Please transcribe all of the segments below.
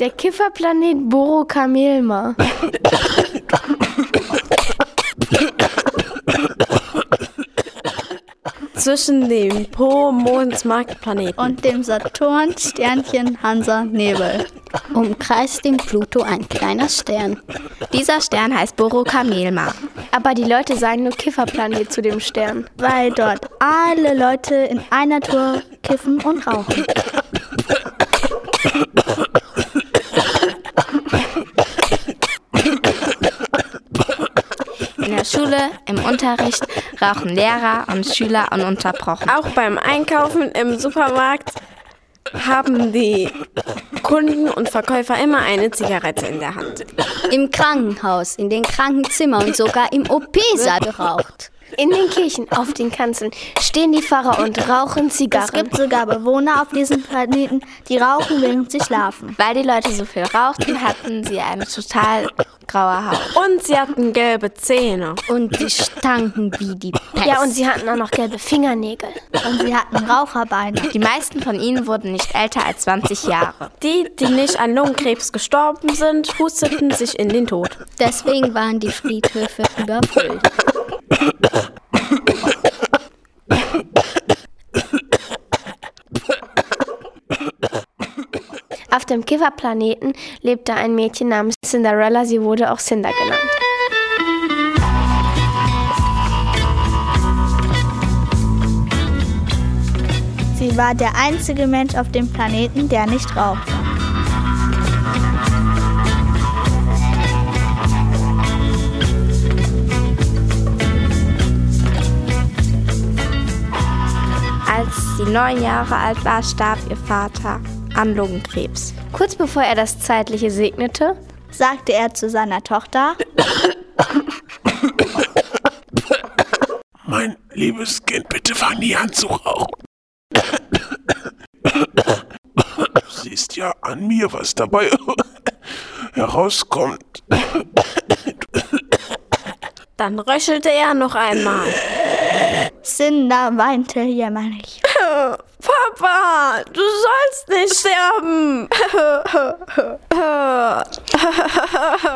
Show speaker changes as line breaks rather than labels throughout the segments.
Der Kifferplanet Boro Kamelma.
Zwischen dem Po, Mond, Marktplaneten.
und dem Saturnsternchen Hansa Nebel umkreist den Pluto ein kleiner Stern.
Dieser Stern heißt Boro Kamelma.
Aber die Leute sagen nur Kifferplanet zu dem Stern.
weil dort alle Leute in einer Tour kiffen und rauchen.
In der Schule, im Unterricht rauchen Lehrer und Schüler ununterbrochen.
Auch beim Einkaufen im Supermarkt haben die Kunden und Verkäufer immer eine Zigarette in der Hand.
Im Krankenhaus, in den Krankenzimmern und sogar im OP-Saal geraucht.
In den Kirchen, auf den Kanzeln, stehen die Pfarrer und rauchen Zigarren.
Es gibt sogar Bewohner auf diesem Planeten, die rauchen, während sie schlafen.
Weil die Leute so viel rauchten, hatten sie eine total graue Haut.
Und sie hatten gelbe Zähne.
Und sie stanken wie die Pest.
ja, und sie hatten auch noch gelbe Fingernägel.
und sie hatten Raucherbeine.
Die meisten von ihnen wurden nicht älter als 20 Jahre.
Die, die nicht an Lungenkrebs gestorben sind, husteten sich in den Tod.
Deswegen waren die Friedhöfe überfüllt.
Auf dem Kifferplaneten lebte ein Mädchen namens Cinderella, sie wurde auch Cinder genannt.
Sie war der einzige Mensch auf dem Planeten, der nicht rauchte.
Als sie neun Jahre alt war, starb ihr Vater an Lungenkrebs.
Kurz bevor er das Zeitliche segnete,
Sagte er zu seiner Tochter,
Mein liebes Kind, bitte fang nie an zu rauchen. Du siehst ja an mir, was dabei herauskommt.
Dann röchelte er noch einmal.
Cinder weinte jämmerlich.
Papa, du sollst nicht sterben.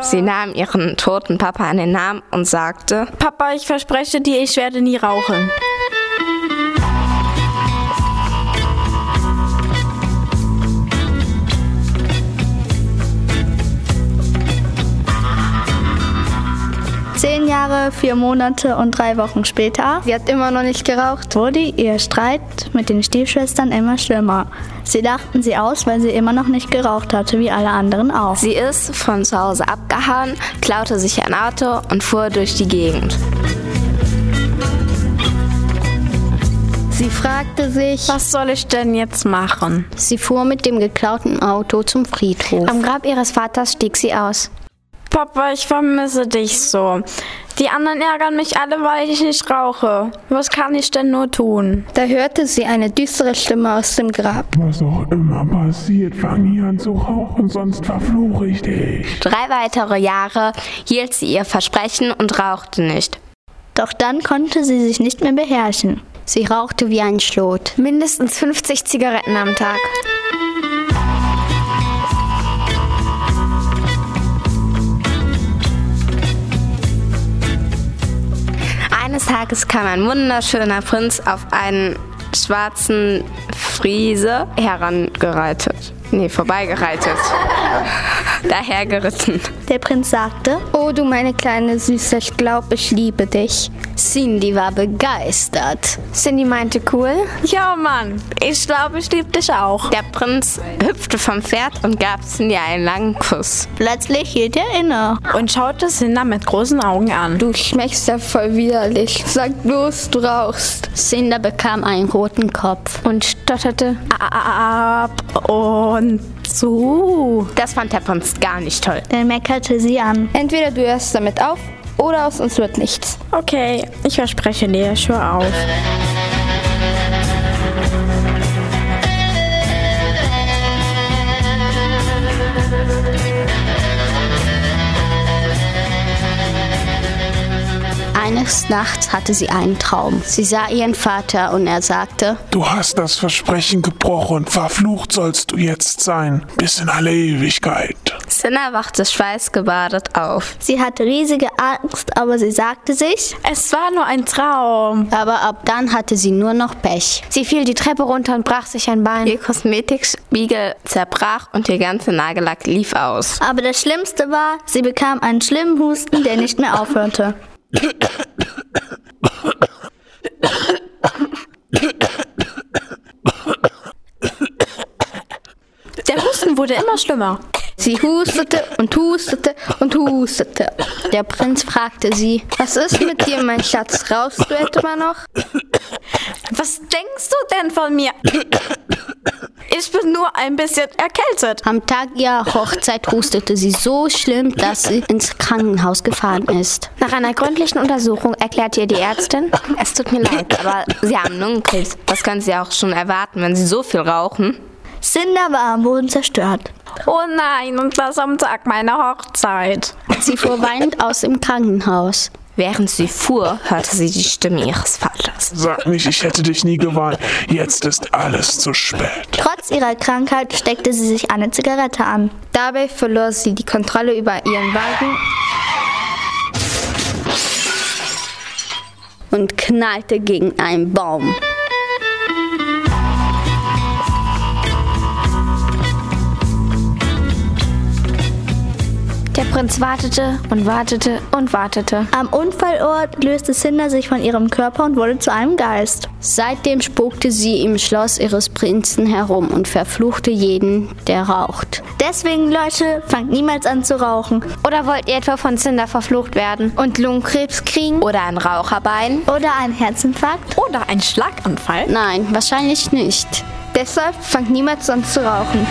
Sie nahm ihren toten Papa an den Namen und sagte,
Papa, ich verspreche dir, ich werde nie rauchen.
Zehn Jahre, vier Monate und drei Wochen später
sie hat immer noch nicht geraucht.
wurde ihr Streit mit den Stiefschwestern immer schlimmer. Sie dachten sie aus, weil sie immer noch nicht geraucht hatte, wie alle anderen auch.
sie ist von zu Hause abgehauen, klaute sich ein Auto und fuhr durch die Gegend.
Sie fragte sich,
Was soll ich denn jetzt machen?
sie fuhr mit dem geklauten Auto zum Friedhof.
Am Grab ihres Vaters stieg sie aus.
Papa, ich vermisse dich so. Die anderen ärgern mich alle, weil ich nicht rauche. Was kann ich denn nur tun?
Da hörte sie eine düstere Stimme aus dem Grab.
Was auch immer passiert, fang nie an zu rauchen, sonst verfluche ich dich.
Drei weitere Jahre hielt sie ihr Versprechen und rauchte nicht.
Doch dann konnte sie sich nicht mehr beherrschen.
Sie rauchte wie ein Schlot.
Mindestens 50 Zigaretten am Tag.
Eines Tages kam ein wunderschöner Prinz auf einen schwarzen Friese herangereitet. Nee, vorbeigereitet. Dahergeritten.
Der Prinz sagte,
Oh, du meine kleine Süße, ich glaube, ich liebe dich.
Cindy war begeistert.
Cindy meinte cool.
Ja, Mann, ich glaube, ich liebe dich auch.
Der Prinz hüpfte vom Pferd und gab Cindy einen langen Kuss.
Plötzlich hielt er inne.
Und schaute Cinder mit großen Augen an.
Du schmeckst ja voll widerlich. Sag bloß, du rauchst.
Cinder bekam einen roten Kopf.
Und stotterte.
Ab und zu.
Das fand der Prinz gar nicht toll.
Dann meckerte sie an.
Entweder du hörst damit auf oder aus uns wird nichts.
Okay, ich verspreche dir, ich höre auf.
Eines Nachts hatte sie einen Traum. Sie sah ihren Vater und er sagte,
Du hast das Versprechen gebrochen, verflucht sollst du jetzt sein, bis in alle Ewigkeit.
Cinna wachte schweißgebadet auf.
Sie hatte riesige Angst, aber sie sagte sich,
Es war nur ein Traum.
aber ab dann hatte sie nur noch Pech.
Sie fiel die Treppe runter und brach sich ein Bein.
Ihr Kosmetikspiegel zerbrach und ihr ganzer Nagellack lief aus.
aber das Schlimmste war, sie bekam einen schlimmen Husten, der nicht mehr aufhörte.
Der Husten wurde immer schlimmer.
Sie hustete und hustete und hustete. Der Prinz fragte sie, was ist mit dir, mein Schatz? Rauchst du etwa noch?
Was denkst du denn von mir? Ich bin nur ein bisschen erkältet.
Am Tag ihrer Hochzeit hustete sie so schlimm, dass sie ins Krankenhaus gefahren ist.
Nach einer gründlichen Untersuchung erklärt ihr die Ärztin,
Ah, Es tut mir leid, aber Sie haben Lungenkrebs. Das können Sie auch schon erwarten, wenn Sie so viel rauchen.
Cinder war am Boden zerstört.
Oh nein, und das am Tag meiner Hochzeit.
Sie fuhr weinend aus dem Krankenhaus.
Während sie fuhr, hörte sie die Stimme ihres Vaters.
Sag nicht, ich hätte dich nie gewarnt. Jetzt ist alles zu spät.
Trotz ihrer Krankheit steckte sie sich eine Zigarette an.
Dabei verlor sie die Kontrolle über ihren Wagen
und knallte gegen einen Baum.
der Prinz wartete und wartete und wartete.
Am Unfallort löste Cinder sich von ihrem Körper und wurde zu einem Geist.
Seitdem spukte sie im Schloss ihres Prinzen herum und verfluchte jeden, der raucht.
Deswegen, Leute, fangt niemals an zu rauchen.
Oder wollt ihr etwa von Cinder verflucht werden?
und Lungenkrebs kriegen.
Oder ein Raucherbein.
Oder ein Herzinfarkt.
Oder ein Schlaganfall.
Nein, wahrscheinlich nicht.
Deshalb fangt niemals an zu rauchen.